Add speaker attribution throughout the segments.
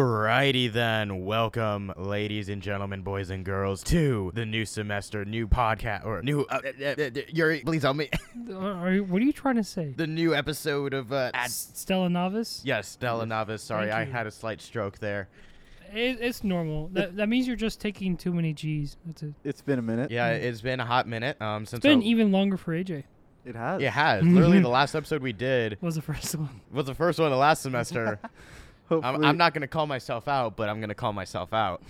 Speaker 1: Alrighty then, welcome, ladies and gentlemen, boys and girls, to the new semester, new podcast, or new. Uh, uh, uh, uh, Yuri, please help me.
Speaker 2: Are you, what are you trying to say?
Speaker 1: the new episode of. Uh,
Speaker 2: S- Stella Novice?
Speaker 1: yes, Stella Novice. Sorry, I
Speaker 2: Mm-hmm. Thank you.
Speaker 1: had a slight stroke there.
Speaker 2: It, it's normal. That, that means you're just taking too many G's. That's it.
Speaker 3: It's been a minute.
Speaker 1: Yeah, it's been a hot minute um, since
Speaker 2: Mm-hmm. It's been
Speaker 1: our-
Speaker 2: even longer for AJ.
Speaker 3: It has.
Speaker 1: it has. Literally,
Speaker 2: Mhm.
Speaker 1: the last episode we did
Speaker 2: Was the first one.
Speaker 1: was the first one of the last semester.
Speaker 3: Hopefully,
Speaker 1: I'm, I'm not going to call myself out, but I'm going to call myself out.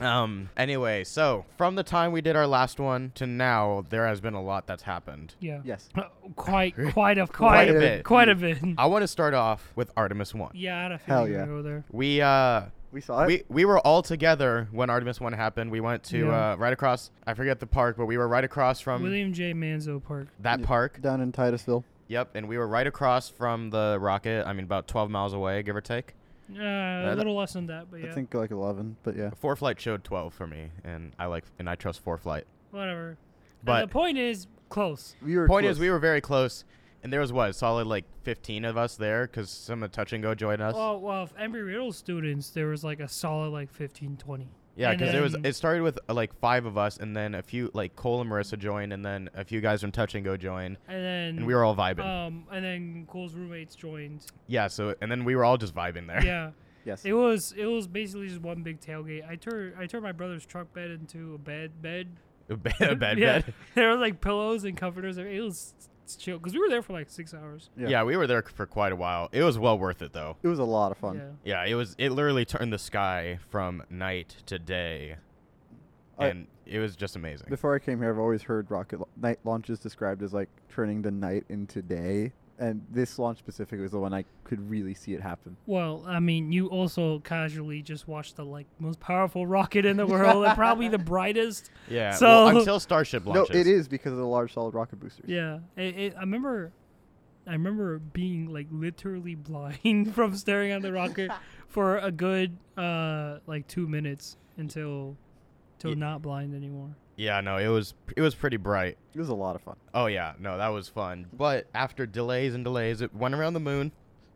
Speaker 1: Um, anyway, so from the time we did our last one to now, there has been a lot that's happened.
Speaker 2: Yeah.
Speaker 3: Yes.
Speaker 2: Uh, quite, quite a,
Speaker 1: Quite
Speaker 2: quite,
Speaker 3: a
Speaker 2: a
Speaker 1: bit. Uh,
Speaker 2: bit, quite a bit.
Speaker 1: I want to start off with Artemis 1.
Speaker 2: Yeah, I had a
Speaker 3: Hell
Speaker 2: feeling you were
Speaker 3: yeah.
Speaker 2: gonna go there.
Speaker 1: We, uh,
Speaker 3: We saw it.
Speaker 1: we, we were all together when Artemis 1 happened. We went to
Speaker 2: Yeah.
Speaker 1: uh, right across, I forget the park, but we were right across from
Speaker 2: William J. Manzo Park.
Speaker 1: that
Speaker 3: Yeah.
Speaker 1: park.
Speaker 3: down in Titusville.
Speaker 1: Yep. And we were right across from the rocket. I mean, about 12 miles away, give or take.
Speaker 2: Uh, a
Speaker 1: that-
Speaker 2: little less than that, but yeah.
Speaker 3: I think like 11, but yeah.
Speaker 1: Four Flight showed 12 for me, and I like, and I trust Four Flight.
Speaker 2: Whatever.
Speaker 1: But-
Speaker 2: and the point is, close.
Speaker 3: We were
Speaker 1: Point is,
Speaker 3: close.
Speaker 1: we were very close, and there was what a solid like fifteen of us there because some of Touch and Go joined us.
Speaker 2: Well, well, if Embry Riddle students, there was like a solid like 15, 20.
Speaker 1: yeah,
Speaker 2: and
Speaker 1: because it was
Speaker 2: then-
Speaker 1: it started with uh, like five of us, and then a few like Cole and Marissa joined, and then a few guys from Touch and Go joined,
Speaker 2: And then
Speaker 1: and we were all vibing.
Speaker 2: um, and then Cole's roommates joined.
Speaker 1: yeah, so and then we were all just vibing there.
Speaker 2: Yeah.
Speaker 3: Yes.
Speaker 2: It was it was basically just one big tailgate. I turned I turned my brother's truck bed into a bed bed.
Speaker 1: a bed, a bed,
Speaker 2: yeah.
Speaker 1: bed.
Speaker 2: There was like pillows and comforters. It was s- chill because we were there for like six hours.
Speaker 1: Yeah.
Speaker 3: Yeah.
Speaker 1: we were there for quite a while. It was well worth it though.
Speaker 3: It was a lot of fun.
Speaker 2: Yeah.
Speaker 1: Yeah, it was. It literally turned the sky from night to day,
Speaker 3: I-
Speaker 1: and it was just amazing.
Speaker 3: Before I came here, I've always heard rocket la- night launches described as like turning the night into day, and this launch specifically was the one I could really see it happen.
Speaker 2: Well, I mean, you also casually just watched the like most powerful rocket in the world and probably the brightest.
Speaker 1: yeah,
Speaker 2: So-
Speaker 1: well, until Starship launches.
Speaker 3: No, it is because of the large solid rocket boosters.
Speaker 2: Yeah. It, it, I remember. I remember being like literally blind from staring at the rocket for a good uh like two minutes until, till
Speaker 1: Ye-
Speaker 2: not blind anymore.
Speaker 1: Yeah, no, it was it was pretty bright.
Speaker 3: It was a lot of fun.
Speaker 1: Oh yeah, no, that was fun. But after delays and delays, it went around the moon,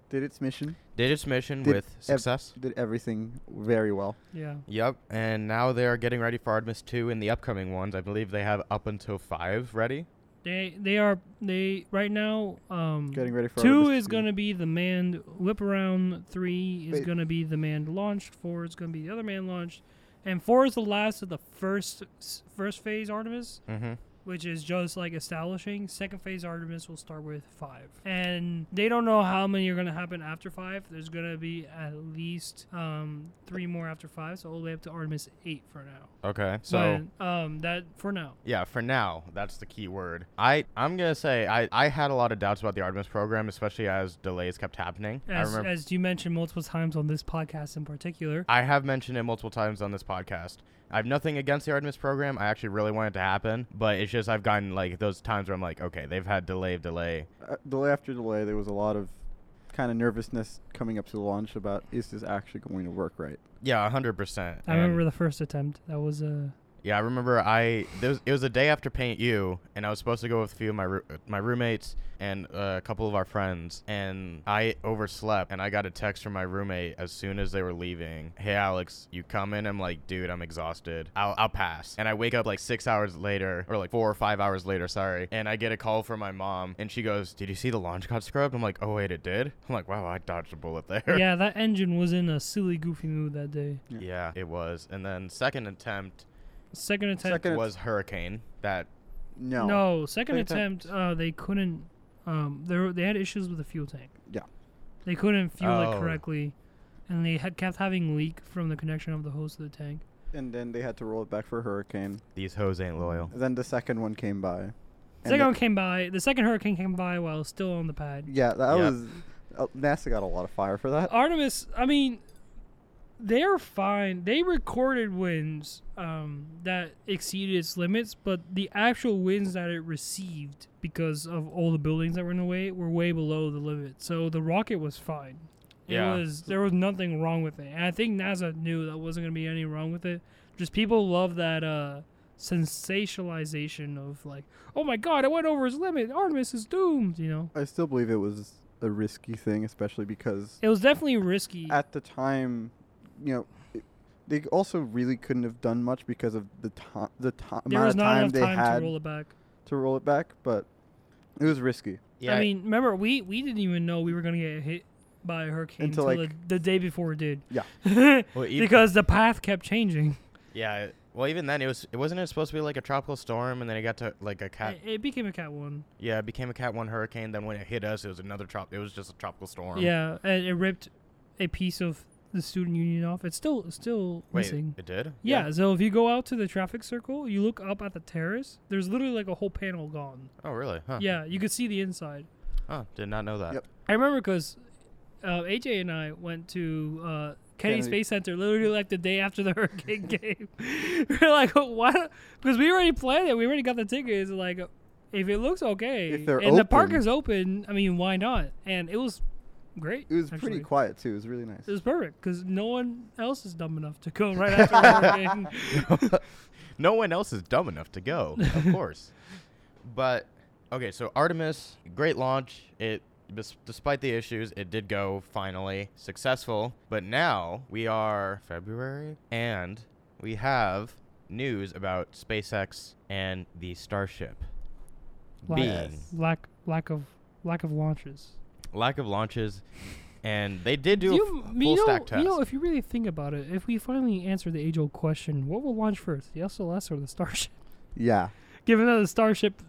Speaker 3: Did its mission,
Speaker 1: did its mission
Speaker 3: Did
Speaker 1: with
Speaker 3: ev-
Speaker 1: success.
Speaker 3: did everything very well.
Speaker 2: Yeah.
Speaker 1: yep, and now they are getting ready for Artemis 2 and the upcoming ones. I believe they have up until 5 ready.
Speaker 2: They they are they right now. Um,
Speaker 3: Getting ready for
Speaker 2: two
Speaker 3: Artemis
Speaker 2: is going to be the manned whip around. Three is
Speaker 3: Wait.
Speaker 2: going to be the manned launched. Four is going to be the other man launched, and four is the last of the first s- first phase Artemis,
Speaker 1: Mm-hmm.
Speaker 2: which is just like establishing. Second phase Artemis will start with five, and they don't know how many are going to happen after five. There's going to be at least um, three more after five, so all the way up to Artemis eight for now.
Speaker 1: Okay. So,
Speaker 2: But, um, that for now.
Speaker 1: yeah, for now, that's the key word. I I'm going to say I I had a lot of doubts about the Artemis program, especially as delays kept happening. I
Speaker 2: as,
Speaker 1: remember
Speaker 2: as you mentioned multiple times on this podcast in particular.
Speaker 1: I have mentioned it multiple times on this podcast. I have nothing against the Artemis program. I actually really want it to happen, but it's just I've gotten like those times where I'm like, okay, they've had delay of delay.
Speaker 3: uh, delay after delay, there was a lot of kind of nervousness coming up to the launch about is this actually going to work right?
Speaker 1: Yeah, hundred percent.
Speaker 2: I remember the first attempt. That was a
Speaker 1: Yeah, I remember. I there was, it was a day after Paint You, and I was supposed to go with a few of my roo- my roommates and uh, a couple of our friends, and I overslept, and I got a text from my roommate as soon as they were leaving. Hey, Alex, you coming? I'm like, dude, I'm exhausted. I'll I'll pass. And I wake up like six hours later, or like four or five hours later, sorry, and I get a call from my mom, and she goes, "Did you see the launch got scrubbed?" I'm like, "Oh wait, it did." I'm like, "Wow, I dodged a bullet there."
Speaker 2: yeah. That engine was in a silly, goofy mood that day.
Speaker 1: Yeah, it was. And then second attempt
Speaker 2: Second attempt.
Speaker 3: Second-
Speaker 1: was Hurricane. That
Speaker 3: No.
Speaker 2: no, second
Speaker 3: Second
Speaker 2: attempt. Uh, they couldn't. Um, they were- they had issues with the fuel tank.
Speaker 3: Yeah.
Speaker 2: They couldn't fuel
Speaker 1: Oh.
Speaker 2: it correctly, and they had kept having leak from the connection of the hose to the tank.
Speaker 3: And then they had to roll it back for a hurricane.
Speaker 1: these hoes ain't loyal.
Speaker 3: Then the second one came by. and
Speaker 2: second
Speaker 3: the-
Speaker 2: one came by. The second hurricane came by while it was still on the pad.
Speaker 3: yeah,
Speaker 1: Yeah.
Speaker 3: that was uh, NASA got a lot of fire for that.
Speaker 2: Uh, Artemis, I mean, they're fine. They recorded wins um, that exceeded its limits, but the actual wins that it received because of all the buildings that were in the way were way below the limit. So the rocket was fine.
Speaker 1: Yeah.
Speaker 2: It was there was nothing wrong with it. And I think NASA knew that wasn't gonna be any wrong with it. Just people love that uh sensationalization of like, oh my god, it went over its limit. Artemis is doomed, you know.
Speaker 3: I still believe it was a risky thing, especially because
Speaker 2: It was definitely risky.
Speaker 3: at the time you know, it, they also really couldn't have done much because of the time the to-
Speaker 2: There
Speaker 3: amount
Speaker 2: was
Speaker 3: of
Speaker 2: not
Speaker 3: time
Speaker 2: enough
Speaker 3: they
Speaker 2: time
Speaker 3: had
Speaker 2: to roll it back.
Speaker 3: to roll it back. But it was risky.
Speaker 1: Yeah,
Speaker 2: I mean, remember we we didn't even know we were gonna get hit by a hurricane
Speaker 3: Until,
Speaker 2: until,
Speaker 3: like-
Speaker 2: the, the day before it did.
Speaker 3: Yeah.
Speaker 1: well, even,
Speaker 2: because the path kept changing.
Speaker 1: yeah. Well, even then, it was it wasn't it supposed to be like a tropical storm, and then it got to like a cat.
Speaker 2: It, it became a cat one.
Speaker 1: Yeah, it became a Cat One hurricane. Then when it hit us, it was another trop. It was just a tropical storm.
Speaker 2: Yeah, and it ripped a piece of the student union off. It's still it's still
Speaker 1: Wait,
Speaker 2: missing.
Speaker 1: it did.
Speaker 2: Yeah, so if you go out to the traffic circle, you look up at the terrace. There's literally like a whole panel gone.
Speaker 1: Oh, really? Huh.
Speaker 2: Yeah, you could see the inside.
Speaker 1: Huh. Did not know that.
Speaker 3: Yep.
Speaker 2: I remember because uh, AJ and I went to uh, Kennedy
Speaker 3: Kennedy.
Speaker 2: Space Center literally like the day after the hurricane game. we are like, why? Because we already planned it. We already got the tickets. Like, if it looks okay,
Speaker 3: If they're
Speaker 2: and the park
Speaker 3: open.
Speaker 2: is open, I mean, why not? And it was great.
Speaker 3: It was pretty
Speaker 2: actually.
Speaker 3: quiet too. It was really nice.
Speaker 2: It was perfect because no one else is dumb enough to go right after the hurricane.
Speaker 1: no one else is dumb enough to go, of course. But okay, so Artemis, great launch. It bes- despite the issues, it did go finally successful. But now we are February and we have news about SpaceX and the Starship.
Speaker 2: Lack-
Speaker 1: Being
Speaker 2: lack, lack of, lack of launches.
Speaker 1: lack of launches and they did do a f-
Speaker 2: you
Speaker 1: full
Speaker 2: know,
Speaker 1: stack test.
Speaker 2: You know, if you really think about it, if we finally answer the age old question, what will launch first, the SLS or the Starship?
Speaker 3: yeah,
Speaker 2: Given that the Starship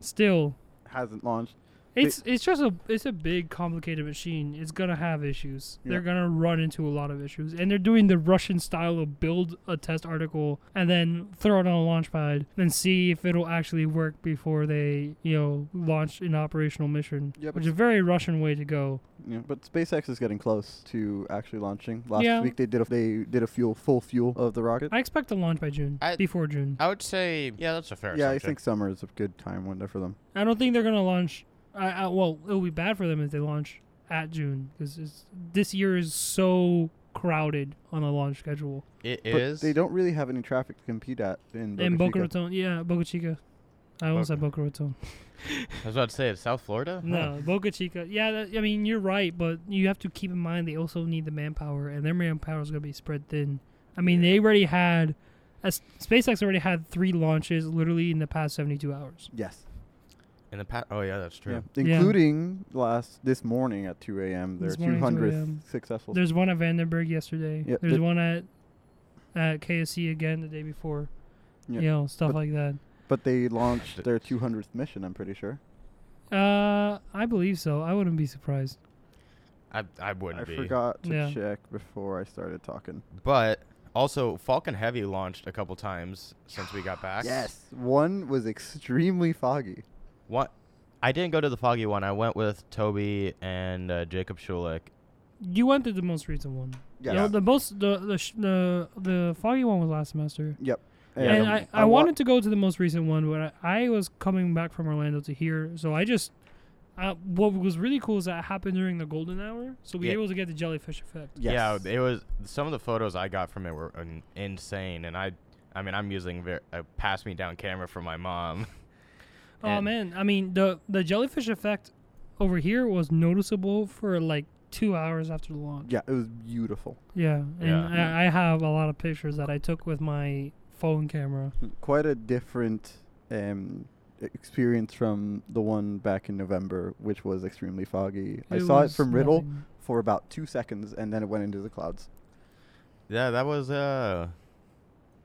Speaker 2: still
Speaker 3: hasn't launched.
Speaker 2: it's it's just a it's a big complicated machine. It's gonna have issues.
Speaker 3: Yeah.
Speaker 2: They're gonna run into a lot of issues, and they're doing the Russian style of build a test article and then throw it on a launch pad, then see if it'll actually work before they you know launch an operational mission,
Speaker 3: Yeah, but-
Speaker 2: which is a very Russian way to go.
Speaker 3: You know, but SpaceX is getting close to actually launching. Last
Speaker 2: Yeah.
Speaker 3: week they did a, they did a fuel full fuel of the rocket.
Speaker 2: I expect a launch by June,
Speaker 1: I-
Speaker 2: before June.
Speaker 1: I would say yeah, that's a fair
Speaker 3: yeah, I
Speaker 1: assumption.
Speaker 3: think summer is a good time window for them.
Speaker 2: I don't think they're gonna launch. I, I well, it'll be bad for them if they launch at June because this year is so crowded on the launch schedule.
Speaker 1: It
Speaker 3: but
Speaker 1: is.
Speaker 3: they don't really have any traffic to compete at in Boca
Speaker 2: and Boca
Speaker 3: Chica.
Speaker 2: Raton, yeah, Boca Chica. I almost said Boca Raton.
Speaker 1: I was about to say it's South Florida. Huh.
Speaker 2: No, Boca Chica. Yeah, that, I mean you're right, but you have to keep in mind they also need the manpower, and their manpower is gonna be spread thin. I mean they already had, as SpaceX already had three launches literally in the past 72 hours.
Speaker 3: Yes.
Speaker 1: In the past. Oh yeah, that's true.
Speaker 3: Yeah.
Speaker 2: Yeah.
Speaker 3: Including last this morning at 2 a.m. Their
Speaker 2: This morning, 2
Speaker 3: 200th
Speaker 2: a.m..
Speaker 3: successful.
Speaker 2: There's one at Vandenberg yesterday.
Speaker 3: Yeah,
Speaker 2: There's
Speaker 3: the-
Speaker 2: one at at KSC again the day before.
Speaker 3: Yeah,
Speaker 2: You know, stuff
Speaker 3: but-
Speaker 2: like that.
Speaker 3: but they launched their 200th mission. I'm pretty sure.
Speaker 2: Uh, I believe so. I wouldn't be surprised.
Speaker 1: I I wouldn't
Speaker 3: I
Speaker 1: be.
Speaker 3: forgot to
Speaker 2: Yeah.
Speaker 3: check before I started talking.
Speaker 1: But also, Falcon Heavy launched a couple times since we got back.
Speaker 3: Yes. One was extremely foggy.
Speaker 1: What? I didn't go to the foggy one. I went with Toby and uh, Jacob Schulich.
Speaker 2: You went to the most recent one.
Speaker 3: Yes.
Speaker 2: You know, the most the the sh- the, the foggy one was last semester.
Speaker 3: Yep.
Speaker 1: Yeah,
Speaker 2: and
Speaker 1: the-
Speaker 2: I,
Speaker 3: wa-
Speaker 2: I wanted to go to the most recent one, but I, I was coming back from Orlando to here, so I just uh, what was really cool is that it happened during the golden hour, so we
Speaker 1: Yeah.
Speaker 2: were able to get the jellyfish effect.
Speaker 3: Yes.
Speaker 1: Yeah, it was some of the photos I got from it were in, insane, and I, I mean, I'm using ver- uh, a pass-me-down camera from my mom.
Speaker 2: Oh
Speaker 1: And-
Speaker 2: man, I mean the the jellyfish effect over here was noticeable for like two hours after the launch.
Speaker 3: yeah. It was beautiful.
Speaker 2: Yeah, and
Speaker 1: Yeah.
Speaker 2: I, I have a lot of pictures that I took with my phone camera.
Speaker 3: Quite a different um, experience from the one back in November, which was extremely foggy. I saw it
Speaker 2: was
Speaker 3: from Riddle
Speaker 2: nothing.
Speaker 3: for about two seconds, and then it went into the clouds.
Speaker 1: Yeah, that was uh,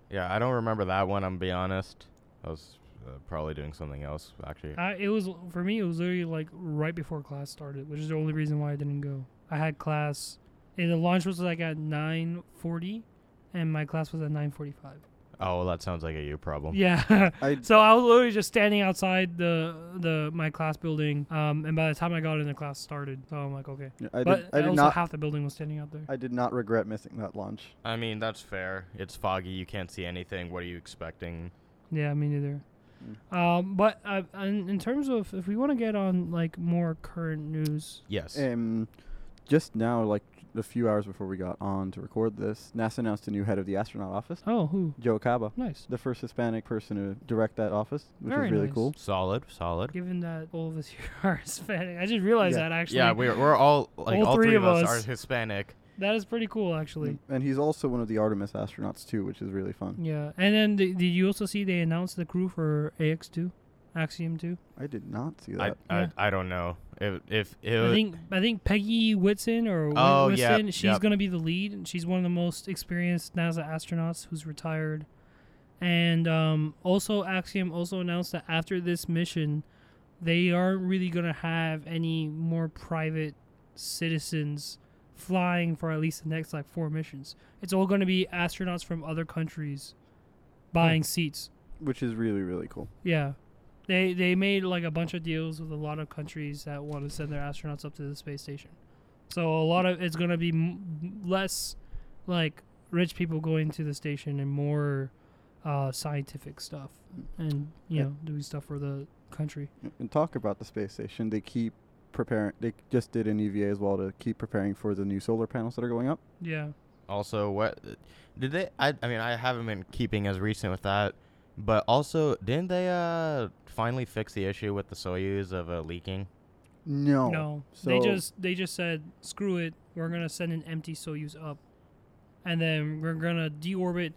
Speaker 1: yeah, I don't remember that one. I'm gonna be honest. I was uh, probably doing something else actually.
Speaker 2: I, it was for me. It was literally like right before class started, which is the only reason why I didn't go. I had class, and the launch was like at nine forty, and my class was at nine forty-five.
Speaker 1: Oh, well, that sounds like a you problem.
Speaker 2: Yeah.
Speaker 3: I
Speaker 2: so I was literally just standing outside the the my class building, um, and by the time I got in, the class started. So I'm like, okay.
Speaker 3: I
Speaker 2: but
Speaker 3: did, I
Speaker 2: also
Speaker 3: did not.
Speaker 2: half the building was standing out there.
Speaker 3: I did not regret missing that launch.
Speaker 1: I mean, that's fair. It's foggy. You can't see anything. What are you expecting?
Speaker 2: Yeah, me neither.
Speaker 3: Mm.
Speaker 2: Um, but uh, in, in terms of if we want to get on like more current news,
Speaker 1: Yes.
Speaker 3: Um, just now, like a few hours before we got on to record this, NASA announced a new head of the astronaut office,
Speaker 2: oh, who?
Speaker 3: Joe Caba,
Speaker 2: Nice.
Speaker 3: the first Hispanic person to direct that office, which
Speaker 2: Very
Speaker 3: is really
Speaker 2: nice.
Speaker 3: cool.
Speaker 1: Solid. Solid.
Speaker 2: Given that all of us here are Hispanic, I just realized
Speaker 3: Yeah.
Speaker 2: that actually.
Speaker 1: Yeah, we're, we're all like all, three, of us, are Hispanic.
Speaker 2: That is pretty cool, actually.
Speaker 3: And he's also one of the Artemis astronauts too, which is really fun.
Speaker 2: Yeah, and then the, did you also see they announced the crew for AX2, Axiom 2?
Speaker 3: I did not see
Speaker 1: I,
Speaker 3: that.
Speaker 2: Yeah.
Speaker 1: I, I don't know if if it
Speaker 2: I
Speaker 1: was,
Speaker 2: think I think Peggy Whitson or Whit-
Speaker 1: Oh, yeah,
Speaker 2: Whitson, she's
Speaker 1: yep.
Speaker 2: going to be the lead, and she's one of the most experienced NASA astronauts who's retired. And um, also, Axiom also announced that after this mission, they aren't really going to have any more private citizens flying for at least the next like four missions. It's all going to be astronauts from other countries
Speaker 1: Hmm.
Speaker 2: buying seats.
Speaker 3: which is really really cool.
Speaker 2: Yeah. They they made like a bunch of deals with a lot of countries that want to send their astronauts up to the space station. So a lot of it's going to be m- less like rich people going to the station and more uh, scientific stuff
Speaker 1: Mm-hmm.
Speaker 2: and you
Speaker 3: Yeah.
Speaker 2: know doing stuff for the country.
Speaker 3: And talk about the space station. They keep preparing. They just did an EVA as well to keep preparing for the new solar panels that are going up.
Speaker 2: Yeah.
Speaker 1: also what did they? I I mean I haven't been keeping as recent with that, but also didn't they uh finally fix the issue with the Soyuz of uh, leaking?
Speaker 3: No.
Speaker 2: no.
Speaker 3: so-
Speaker 2: they just they just said screw it. We're going to send an empty Soyuz up. And then we're going to deorbit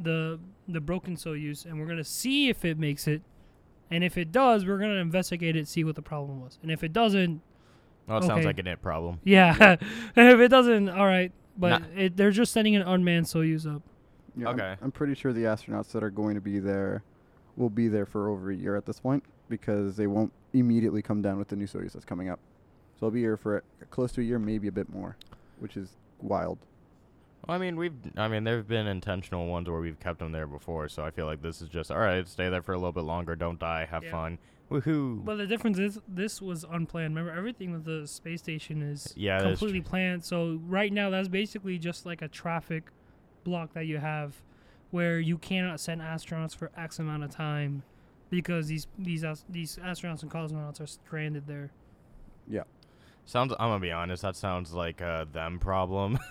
Speaker 2: the the broken Soyuz and we're going to see if it makes it. And if it does, we're going to investigate it, see what the problem was. And if it doesn't,
Speaker 1: Oh, it sounds
Speaker 2: Okay.
Speaker 1: like a nit problem.
Speaker 2: yeah. and if it doesn't, all right. But
Speaker 1: Nah.
Speaker 2: it, they're just sending an unmanned Soyuz up.
Speaker 3: Yeah, I'm-
Speaker 1: Okay.
Speaker 3: I'm, pretty sure the astronauts that are going to be there will be there for over a year at this point because they won't immediately come down with the new Soyuz that's coming up. So they'll be here for a- close to a year, maybe a bit more, which is wild.
Speaker 1: Well, I mean we've I mean there've been intentional ones where we've kept them there before, so I feel like this is just all right. Stay there for a little bit longer. Don't die. Have
Speaker 2: Yeah.
Speaker 1: fun. Woohoo!
Speaker 2: But the difference is this was unplanned. Remember, everything with the space station is
Speaker 1: Yeah, that's
Speaker 2: completely planned. So right now, that's basically just like a traffic block that you have, where you cannot send astronauts for X amount of time, because these these ast- these astronauts and cosmonauts are stranded there.
Speaker 1: Sounds. I'm gonna be honest. That sounds like a them problem.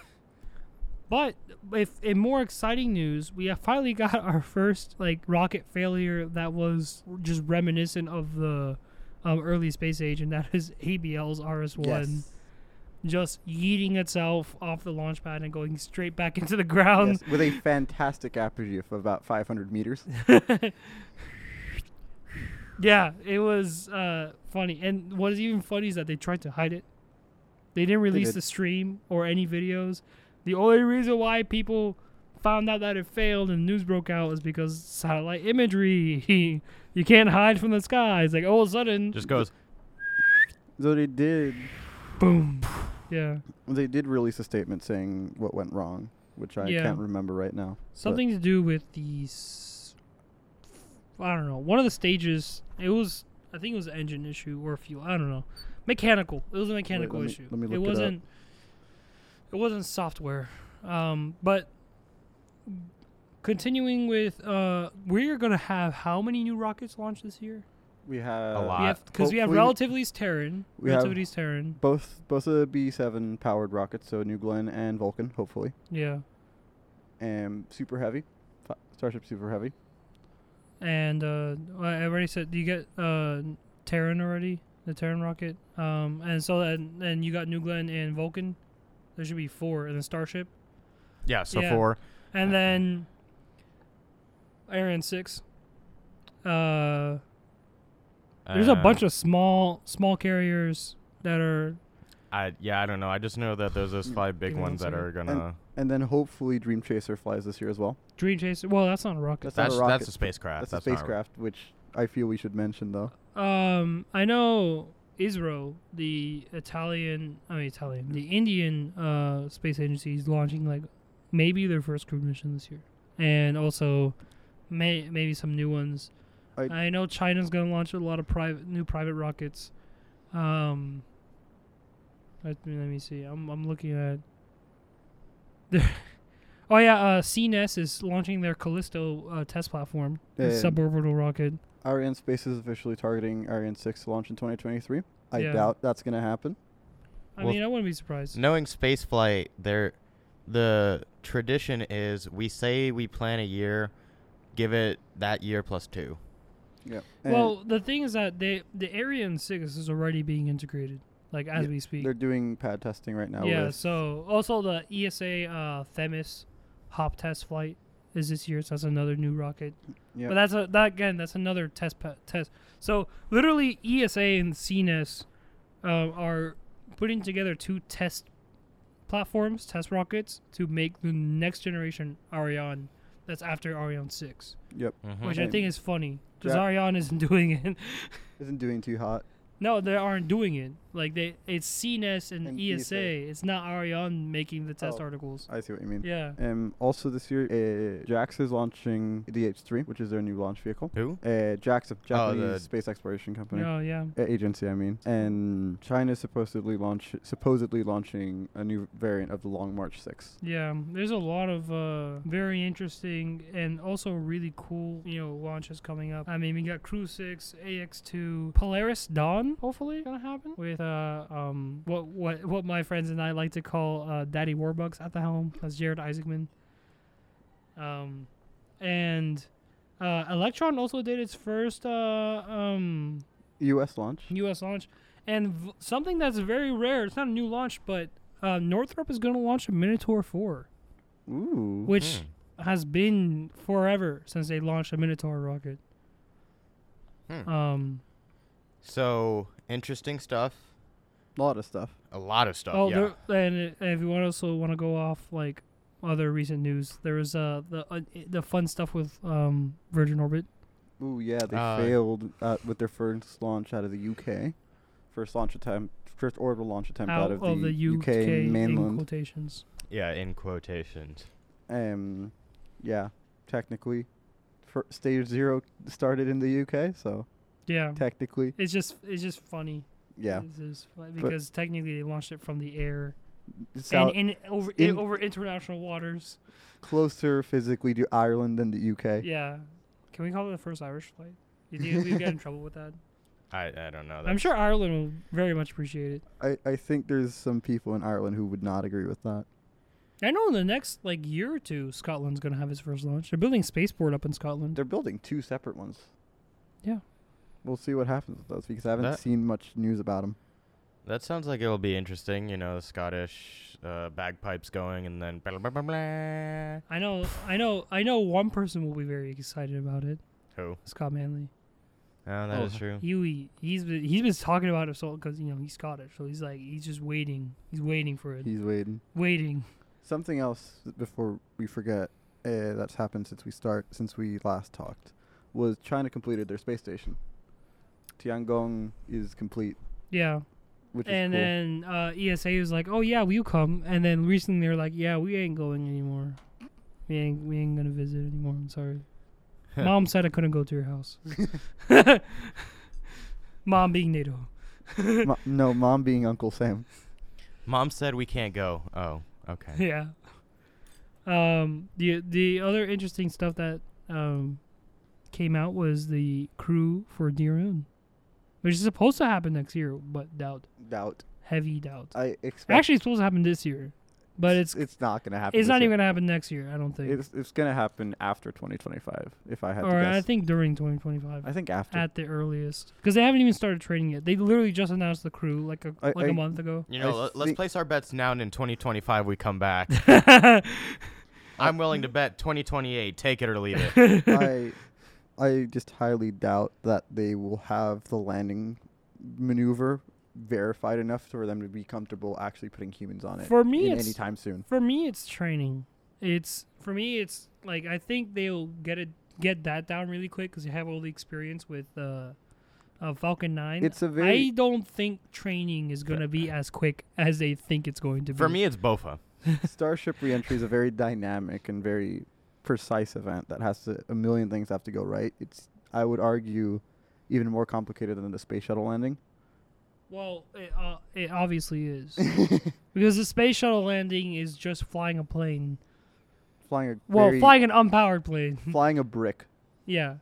Speaker 2: But if in more exciting news, we have finally got our first like rocket failure that was just reminiscent of the um, early space age, and that is ABL's RS-1. just yeeting itself off the launch pad and going straight back into the ground.
Speaker 3: Yes, with a fantastic apogee of about 500 meters.
Speaker 2: yeah, it was uh, funny. And what is even funny is that they tried to hide it. They didn't release
Speaker 3: did.
Speaker 2: the stream or any videos. The only reason why people found out that it failed and news broke out was because satellite imagery. you can't hide from the sky. It's like all of a sudden,
Speaker 1: Just goes.
Speaker 3: So they did
Speaker 2: boom. Yeah.
Speaker 3: they did release a statement saying what went wrong, which I
Speaker 2: Yeah.
Speaker 3: can't remember right now. but
Speaker 2: something to do with these i don't know one of the stages it was i think it was an engine issue or fuel i don't know mechanical it was a mechanical
Speaker 3: me-
Speaker 2: issue
Speaker 3: let me
Speaker 2: it
Speaker 3: look it up.
Speaker 2: wasn't it, wasn't software um but continuing with uh we're gonna have how many new rockets launched this year
Speaker 3: we have
Speaker 1: lot.
Speaker 2: we
Speaker 1: Uh,
Speaker 2: have because we have
Speaker 3: hopefully-
Speaker 2: relativity's terran
Speaker 3: we have-
Speaker 2: relativity's terran
Speaker 3: both both of the B7 powered rockets, so New Glenn and Vulcan, hopefully.
Speaker 2: yeah
Speaker 3: and Super Heavy, Fi- Starship Super Heavy.
Speaker 2: and uh, I already said do you get uh, Terran already, the Terran rocket, um, and so then and you got New Glenn and Vulcan. There should be four, and then Starship,
Speaker 1: Yeah. So
Speaker 2: Yeah.
Speaker 1: four.
Speaker 2: and then Iron Six. Uh, there's a
Speaker 1: Uh,
Speaker 2: bunch of small small carriers that are
Speaker 1: I yeah. I don't know. I just know that there's those five big
Speaker 2: Give me one
Speaker 1: ones that
Speaker 2: second.
Speaker 1: are gonna.
Speaker 3: And then hopefully Dream Chaser flies this year as well.
Speaker 2: Dream Chaser. Well, that's not a rocket.
Speaker 3: That's not a
Speaker 1: That's
Speaker 3: rocket.
Speaker 1: that's a spacecraft.
Speaker 3: That's,
Speaker 1: That's
Speaker 3: a
Speaker 1: not
Speaker 3: spacecraft, which I feel we should mention though.
Speaker 2: Um, I know Israel, the Italian, I mean Italian, the Indian uh, space agency is launching like maybe their first crew mission this year, and also may, maybe some new ones. I,
Speaker 3: I-
Speaker 2: know China's gonna launch a lot of private new private rockets. Um, let me, let me see. I'm I'm looking at. oh yeah, uh, CNES is launching their Callisto uh, test platform, the
Speaker 3: And
Speaker 2: suborbital rocket.
Speaker 3: Ariane Space is officially targeting Ariane 6 to launch in 2023. I
Speaker 2: Yeah.
Speaker 3: doubt that's going to happen.
Speaker 2: I
Speaker 1: Well,
Speaker 2: mean, I wouldn't be surprised.
Speaker 1: knowing spaceflight, there, the tradition is we say we plan a year, give it that year plus two.
Speaker 3: Yeah.
Speaker 2: Well, the thing is that they the Ariane six is already being integrated like as
Speaker 3: Yeah,
Speaker 2: we speak.
Speaker 3: They're doing pad testing right now.
Speaker 2: yeah.
Speaker 3: with-
Speaker 2: So also the ESA uh, Themis hop test flight is this year. So that's another new rocket.
Speaker 3: Yep.
Speaker 2: But that's a, that again. That's another test pa- test. So literally ESA and CNES um, are putting together two test platforms, test rockets to make the next generation Ariane. That's after Ariane six,
Speaker 3: yep.
Speaker 1: Mhm.
Speaker 2: which I
Speaker 3: Okay.
Speaker 2: think is funny because
Speaker 3: Yeah.
Speaker 2: Ariane isn't doing it.
Speaker 3: Isn't doing too hot.
Speaker 2: No, they aren't doing it. Like they, it's CNES and,
Speaker 3: And
Speaker 2: ESA.
Speaker 3: ESA.
Speaker 2: It's not Ariane making the test
Speaker 3: Oh.
Speaker 2: articles.
Speaker 3: I see what you mean.
Speaker 2: Yeah.
Speaker 3: Um, also this year, uh, JAX is launching DH3, which is their new launch vehicle.
Speaker 1: Who?
Speaker 3: Uh, JAX, a Japanese
Speaker 1: Oh, the-
Speaker 3: space exploration company.
Speaker 2: No, yeah.
Speaker 3: Uh, agency, I mean, and China's supposedly launch supposedly launching a new variant of the Long March Six.
Speaker 2: Yeah. There's a lot of uh, very interesting and also really cool, you know, launches coming up. I mean, we got Crew 6, AX2, Polaris Dawn, hopefully going to happen with uh um what what what my friends and I like to call uh, Daddy Warbucks at the helm. That's Jared Isaacman. Um and uh, Electron also did its first uh, um,
Speaker 3: U.S. launch.
Speaker 2: U.S. launch, and v- something that's very rare. It's not a new launch, but uh, Northrop is going to launch a Minotaur four,
Speaker 3: Ooh.
Speaker 2: which
Speaker 1: Hmm.
Speaker 2: has been forever since they launched a Minotaur rocket.
Speaker 1: Hmm.
Speaker 2: Um,
Speaker 1: So interesting stuff.
Speaker 3: A lot of stuff.
Speaker 1: A lot of stuff.
Speaker 2: oh,
Speaker 1: yeah.
Speaker 2: there, and if you want also want to go off like other recent news, there was uh the uh, the fun stuff with um Virgin Orbit.
Speaker 3: Ooh, yeah, they
Speaker 1: Uh,
Speaker 3: failed uh, with their first launch out of the U.K. First launch attempt, first orbital launch attempt out, of, the, UK,
Speaker 2: in
Speaker 3: mainland.
Speaker 2: quotations.
Speaker 1: Yeah, in quotations.
Speaker 3: Um, yeah, technically, fir- stage zero started in the U.K. So
Speaker 2: Yeah,
Speaker 3: technically,
Speaker 2: it's just it's just funny.
Speaker 3: yeah,
Speaker 2: It's just fu- because technically they launched it from the air.
Speaker 3: South,
Speaker 2: and in over
Speaker 3: in-
Speaker 2: over international waters.
Speaker 3: closer physically to Ireland than the U.K.
Speaker 2: Yeah, can we call it the first Irish flight? You think we get in trouble with that?
Speaker 1: I, I don't know.
Speaker 2: I'm
Speaker 1: Oh, That's-
Speaker 2: sure Ireland will very much appreciate it.
Speaker 3: I, I think there's some people in Ireland who would not agree with that.
Speaker 2: I know in the next like year or two, Scotland's gonna have its first launch. They're building spaceport up in Scotland.
Speaker 3: They're building two separate ones.
Speaker 2: Yeah.
Speaker 3: We'll see what happens with those because I haven't
Speaker 1: That-
Speaker 3: seen much news about them.
Speaker 1: That sounds like it'll be interesting. You know, the Scottish uh, bagpipes going, and then blah blah blah blah.
Speaker 2: I know, I know, I know. One person will be very excited about it.
Speaker 1: Who?
Speaker 2: Scott Manley.
Speaker 1: Oh, that
Speaker 3: Oh,
Speaker 1: is true.
Speaker 2: Huey, he's been, he's been talking about it so because you know he's Scottish, so he's like he's just waiting. He's waiting for it.
Speaker 3: He's waiting.
Speaker 2: waiting.
Speaker 3: Something else th- before we forget uh, that's happened since we start since we last talked was China completed their space station. Tiangong is complete,
Speaker 2: Yeah.
Speaker 3: which
Speaker 2: and
Speaker 3: is cool.
Speaker 2: then uh, ESA was like, "Oh yeah, will you come?" And then recently they were like, "Yeah, we ain't going anymore. We ain't we ain't gonna visit anymore. I'm sorry. Mom said I couldn't go to your house. Mom being NATO.
Speaker 3: Mo- no, mom being Uncle Sam.
Speaker 1: Mom said we can't go. Oh, okay.
Speaker 2: yeah. Um. The the other interesting stuff that um came out was the crew for Dear Moon, which is supposed to happen next year, but doubt
Speaker 3: Doubt.
Speaker 2: heavy doubt.
Speaker 3: I expect.
Speaker 2: Actually, it's supposed to happen this year, but it's
Speaker 3: Uh, it's not gonna happen.
Speaker 2: It's
Speaker 3: this
Speaker 2: not
Speaker 3: year.
Speaker 2: even gonna happen next year, I don't think.
Speaker 3: It's it's gonna happen after 2025, if I had
Speaker 2: or
Speaker 3: to guess.
Speaker 2: I think during 2025
Speaker 3: I think after.
Speaker 2: at the earliest, because they haven't even started trading yet. They literally just announced the crew like a
Speaker 3: I-
Speaker 2: like a
Speaker 3: I-
Speaker 2: month ago.
Speaker 1: You know,
Speaker 3: I
Speaker 1: le- let's
Speaker 3: think-
Speaker 1: place our bets now, and in 2025 we come back. I'm willing to bet 2028. Take it or leave it.
Speaker 3: I I just highly doubt that they will have the landing maneuver verified enough for them to be comfortable actually putting humans on it
Speaker 2: For me,
Speaker 3: in
Speaker 2: it's-
Speaker 3: any time soon.
Speaker 2: for me, it's training. It's for me, it's like I think they'll get it get that down really quick because they have all the experience with uh, uh, Falcon 9.
Speaker 3: It's a very-
Speaker 2: I don't think training is gonna be as quick as they think it's going to be.
Speaker 1: For me, it's Bofa.
Speaker 3: Starship reentry is a very dynamic and very precise event that has to a million things have to go right. It's I would argue even more complicated than the space shuttle landing.
Speaker 2: Well, it, uh, it obviously is. because the space shuttle landing is just flying a plane.
Speaker 3: Flying a
Speaker 2: Well,
Speaker 3: very-
Speaker 2: flying an unpowered plane.
Speaker 3: flying a brick.
Speaker 2: yeah.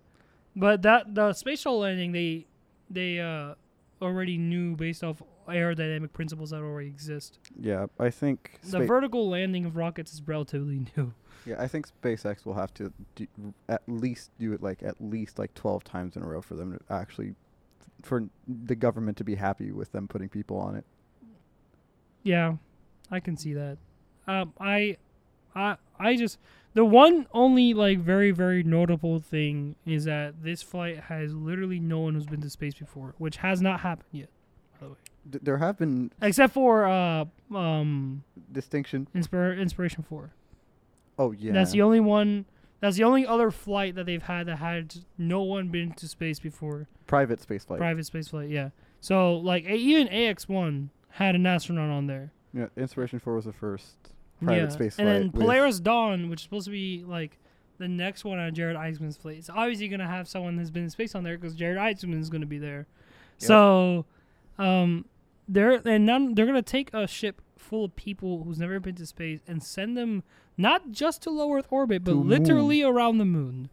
Speaker 2: But that the space shuttle landing they they uh already knew based off aerodynamic principles that already exist.
Speaker 3: Yeah, I think
Speaker 2: the
Speaker 3: spa-
Speaker 2: vertical landing of rockets is relatively new.
Speaker 3: Yeah, I think SpaceX will have to do, at least do it like at least like 12 times in a row for them to actually for the government to be happy with them putting people on it.
Speaker 2: Yeah, I can see that. Um, I, I, I just the one only like very very notable thing is that this flight has literally no one who's been to space before, which has not happened yet, by the way,
Speaker 3: D- there have been
Speaker 2: except for uh um
Speaker 3: distinction.
Speaker 2: Inspir- Inspiration Four.
Speaker 3: Oh yeah,
Speaker 2: That's the only one. That's the only other flight that they've had that had no one been to space before.
Speaker 3: private space flight.
Speaker 2: Private space flight, yeah. So like a- even AX one had an astronaut on there.
Speaker 3: yeah, Inspiration Four was the first private
Speaker 2: yeah.
Speaker 3: space
Speaker 2: and
Speaker 3: flight.
Speaker 2: then
Speaker 3: with-
Speaker 2: Polaris Dawn, which is supposed to be like the next one on Jared Isaacman's flight. It's obviously gonna have someone that's been in space on there because Jared Isaacman's gonna be there.
Speaker 3: Yep.
Speaker 2: So, um, they're and none, they're gonna take a ship full of people who's never been to space and send them not just to low Earth orbit, but
Speaker 3: To the moon.
Speaker 2: literally around the moon.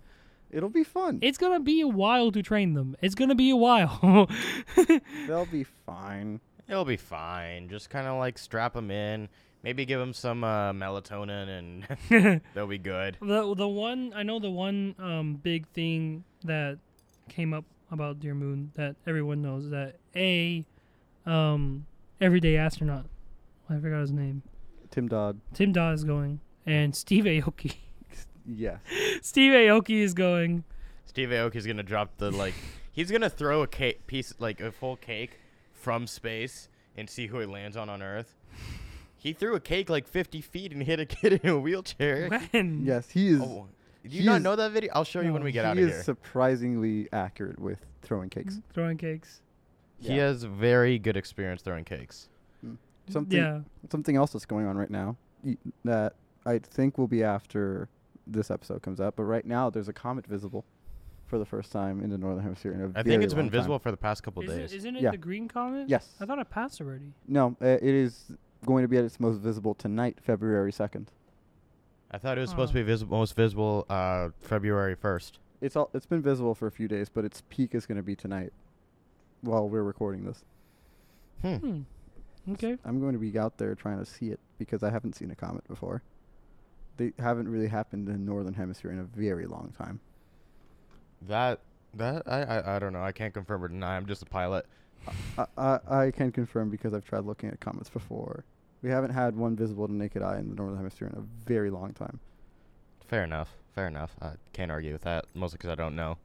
Speaker 3: It'll be fun.
Speaker 2: It's gonna be a while to train them. It's gonna be a while.
Speaker 3: They'll be fine.
Speaker 1: It'll be fine. Just kind of like strap them in. Maybe give them some uh, melatonin and they'll be good.
Speaker 2: The the one I know the one um big thing that came up about Dear Moon that everyone knows is that a um everyday astronaut I forgot his name
Speaker 3: Tim Dodd.
Speaker 2: Tim Dodd is going and Steve Aoki
Speaker 3: Yes.
Speaker 2: Steve Aoki is going
Speaker 1: Steve Aoki's gonna drop the like. he's gonna throw a cake piece, like a full cake, from space and see who it lands on on Earth. He threw a cake like 50 feet and hit a kid in a wheelchair.
Speaker 2: when
Speaker 3: Yes, he is.
Speaker 1: Oh, do you
Speaker 3: He
Speaker 1: not
Speaker 3: is-
Speaker 1: know that video? I'll show you when
Speaker 2: No,
Speaker 1: we get
Speaker 3: he
Speaker 1: out of
Speaker 3: is
Speaker 1: here.
Speaker 3: surprisingly accurate with throwing cakes.
Speaker 2: throwing cakes
Speaker 1: He
Speaker 3: Yeah.
Speaker 1: has very good experience throwing cakes.
Speaker 3: Something
Speaker 2: Mm, yeah
Speaker 3: something else that's going on right now y- that I think will be after this episode comes out. But right now, there's a comet visible for the first time in the northern hemisphere. In a
Speaker 1: I think
Speaker 3: very
Speaker 1: it's been
Speaker 3: long time.
Speaker 1: visible for the past couple
Speaker 2: isn't,
Speaker 1: days.
Speaker 2: isn't it
Speaker 3: Yeah.
Speaker 2: the green comet
Speaker 3: Yes.
Speaker 2: I thought it passed already
Speaker 3: No, uh, it is going to be at its most visible tonight, February second.
Speaker 1: I thought it was supposed
Speaker 2: Oh.
Speaker 1: to be visible, most visible uh, February 1st.
Speaker 3: It's all. It's been visible for a few days, but its peak is going to be tonight. While we're recording this,
Speaker 1: Hmm.
Speaker 2: hmm okay
Speaker 3: I'm going to be out there trying to see it because I haven't seen a comet before. They haven't really happened in the northern hemisphere in a very long time.
Speaker 1: That that I, I I don't know. I can't confirm or deny. I'm just a pilot.
Speaker 3: I, I, I can confirm because I've tried looking at comets before. We haven't had one visible to naked eye in the northern hemisphere in a very long time.
Speaker 1: Fair enough. Fair enough. I can't argue with that. Mostly because I don't know.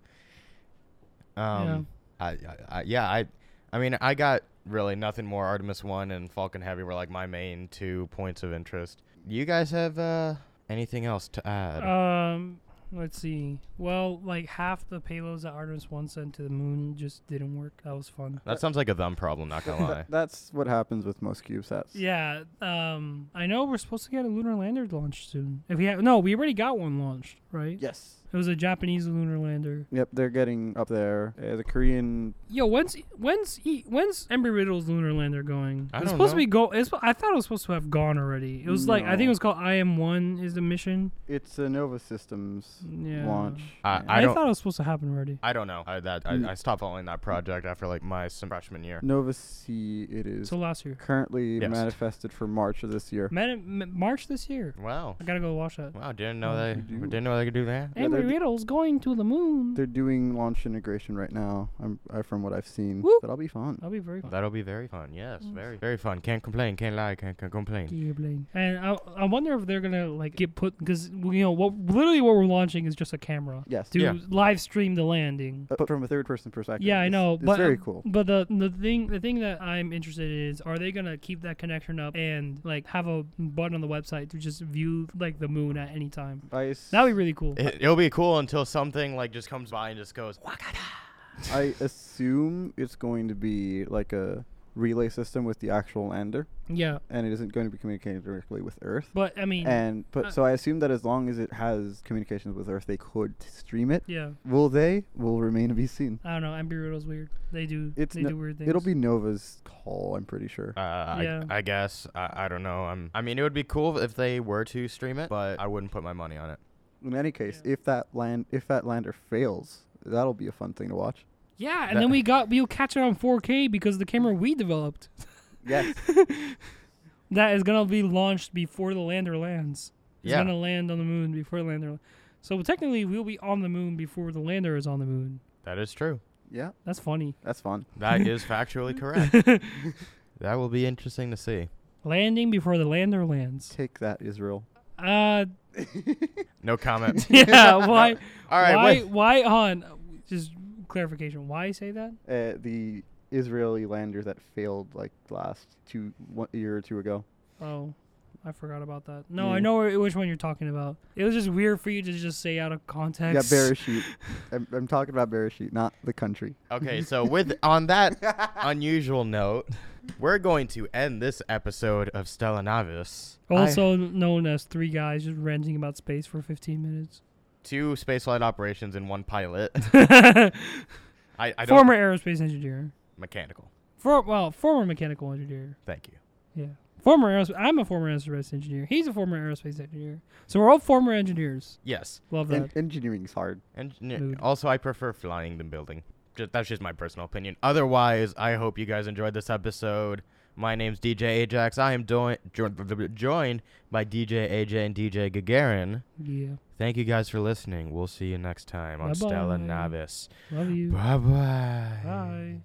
Speaker 2: Yeah.
Speaker 1: Um, I, I, I yeah I, I mean I got really nothing more. Artemis One and Falcon Heavy were like my main two points of interest. You guys have uh anything else to add?
Speaker 3: Uh,
Speaker 2: Um, let's see. Well, like half the payloads that Artemis One sent to the moon just didn't work. That was fun.
Speaker 1: that sounds like a thumb problem. Not gonna lie.
Speaker 3: That- that's what happens with most CubeSats.
Speaker 2: Yeah. Um, I know we're supposed to get a lunar lander launched soon. If we have no, we already got one launched, right?
Speaker 3: Yes.
Speaker 2: It was a Japanese lunar lander.
Speaker 3: Yep, they're getting up there. Uh, the Korean.
Speaker 2: Yo, when's when's e- when's Embry Riddle's lunar lander going?
Speaker 1: I
Speaker 2: it's
Speaker 1: don't
Speaker 2: supposed
Speaker 1: know.
Speaker 2: to be go. It's, sp- I thought it was supposed to have gone already. It was like I think
Speaker 3: No.
Speaker 2: it was called IM One is the mission.
Speaker 3: It's a Nova Systems
Speaker 2: Yeah.
Speaker 3: launch.
Speaker 1: I-
Speaker 3: and
Speaker 1: I- don't-
Speaker 2: thought it was supposed to happen already.
Speaker 1: I don't know. I that I,
Speaker 3: Mm.
Speaker 1: I stopped following that project after like my sem- freshman year.
Speaker 3: Nova C, it is
Speaker 2: So last year,
Speaker 3: currently
Speaker 1: Yes.
Speaker 3: manifested for March of this year.
Speaker 2: Man, M- March this year.
Speaker 1: Wow.
Speaker 2: I gotta go watch that.
Speaker 1: Wow. Didn't know
Speaker 2: Oh,
Speaker 1: they
Speaker 3: we do.
Speaker 1: didn't know they could do that.
Speaker 3: Yeah, they're
Speaker 2: Embry
Speaker 3: d-
Speaker 2: Riddle's going to the moon.
Speaker 3: They're doing launch integration right now. I'm uh, from what I've seen.
Speaker 2: Woo. Uh,
Speaker 3: That'll be fun.
Speaker 2: That'll be very fun.
Speaker 1: That'll be very fun. Yes,
Speaker 2: Mm.
Speaker 1: very very fun. Can't complain. Can't lie. Can't, can't complain.
Speaker 2: And I, I wonder if they're gonna like get put because you know what literally what we're launching is just a camera
Speaker 3: Yes. Uh,
Speaker 2: to
Speaker 1: Yeah.
Speaker 2: live stream the landing.
Speaker 3: But from a third person perspective.
Speaker 2: yeah, I
Speaker 3: it's-
Speaker 2: know,
Speaker 3: It's
Speaker 2: but um,
Speaker 3: very cool.
Speaker 2: But the the thing the thing that I'm interested in is are they gonna keep that connection up and like have a button on the website to just view like the moon at any time?
Speaker 3: I
Speaker 2: That'd be really
Speaker 3: Eh.
Speaker 2: cool.
Speaker 1: It, it'll be cool until something like just comes by and just goes.
Speaker 3: I assume it's going to be like a relay system with the actual lander,
Speaker 2: yeah,
Speaker 3: and it isn't going to be communicating directly with Earth.
Speaker 2: but I mean,
Speaker 3: And but
Speaker 2: Uh,
Speaker 3: so I assume that as long as it has communications with Earth, they could stream it.
Speaker 2: yeah,
Speaker 3: Will they? Will remain to be seen.
Speaker 2: I don't know. Embry Riddle's weird. They do
Speaker 3: It's
Speaker 2: they
Speaker 3: no-
Speaker 2: do weird things.
Speaker 3: It'll be Nova's call, I'm pretty sure.
Speaker 1: Uh,
Speaker 2: Yeah.
Speaker 1: I, I guess I, I don't know. I'm, I mean, it would be cool if they were to stream it, but I wouldn't put my money on it.
Speaker 3: In any case,
Speaker 2: Yeah.
Speaker 3: if that land if that lander fails, that'll be a fun thing to watch.
Speaker 2: yeah, and
Speaker 1: that-
Speaker 2: then we got we'll catch it on 4K because the camera we developed.
Speaker 3: Yes.
Speaker 2: that is gonna be launched before the lander lands. It's
Speaker 1: Yeah.
Speaker 2: gonna land on the moon before the lander. So technically, we'll be on the moon before the lander is on the moon.
Speaker 1: That is true.
Speaker 3: yeah,
Speaker 2: That's funny.
Speaker 3: that's fun.
Speaker 1: That is factually correct. that will be interesting to see.
Speaker 2: Landing before the lander lands.
Speaker 3: Take that, Israel.
Speaker 2: Uh,
Speaker 1: No comment.
Speaker 2: yeah. Why?
Speaker 1: All right.
Speaker 2: why?
Speaker 1: wait.
Speaker 2: Why on? Just clarification. Why say that?
Speaker 3: Uh, the Israeli lander that failed like last two one year or two ago.
Speaker 2: Oh, I forgot about that. No, I
Speaker 1: Mm.
Speaker 3: Yeah.
Speaker 2: know wh- which one you're talking about. It was just weird for you to just say out of
Speaker 3: Yeah,
Speaker 2: context.
Speaker 3: Bereshit. I'm, I'm talking about Bereshit, not the country.
Speaker 1: Okay, so with on that unusual note, we're going to end this episode of Stella Navis. I-
Speaker 2: Also known as three guys just ranting about space for 15 minutes.
Speaker 1: two spaceflight operations and one pilot. I, I don't
Speaker 2: former aerospace engineer.
Speaker 1: mechanical.
Speaker 2: For, well, former mechanical engineer.
Speaker 1: Thank you.
Speaker 2: Yeah. Former aerospace. I'm a former aerospace engineer. He's a former aerospace engineer. So we're all former engineers.
Speaker 1: Yes.
Speaker 2: Love
Speaker 3: En-
Speaker 2: that.
Speaker 3: engineering's hard.
Speaker 1: And
Speaker 2: Mood.
Speaker 1: also, I prefer flying than building. Ju- that's just my personal opinion. Otherwise, I hope you guys enjoyed this episode. My name's DJ Ajax. I am doi- jo- joined by DJ AJ and DJ Gagarin.
Speaker 2: Yeah.
Speaker 1: Thank you guys for listening. We'll see you next time on Stella
Speaker 2: Bye-bye.
Speaker 1: Navis.
Speaker 2: Love you.
Speaker 1: Bye bye.
Speaker 2: Bye.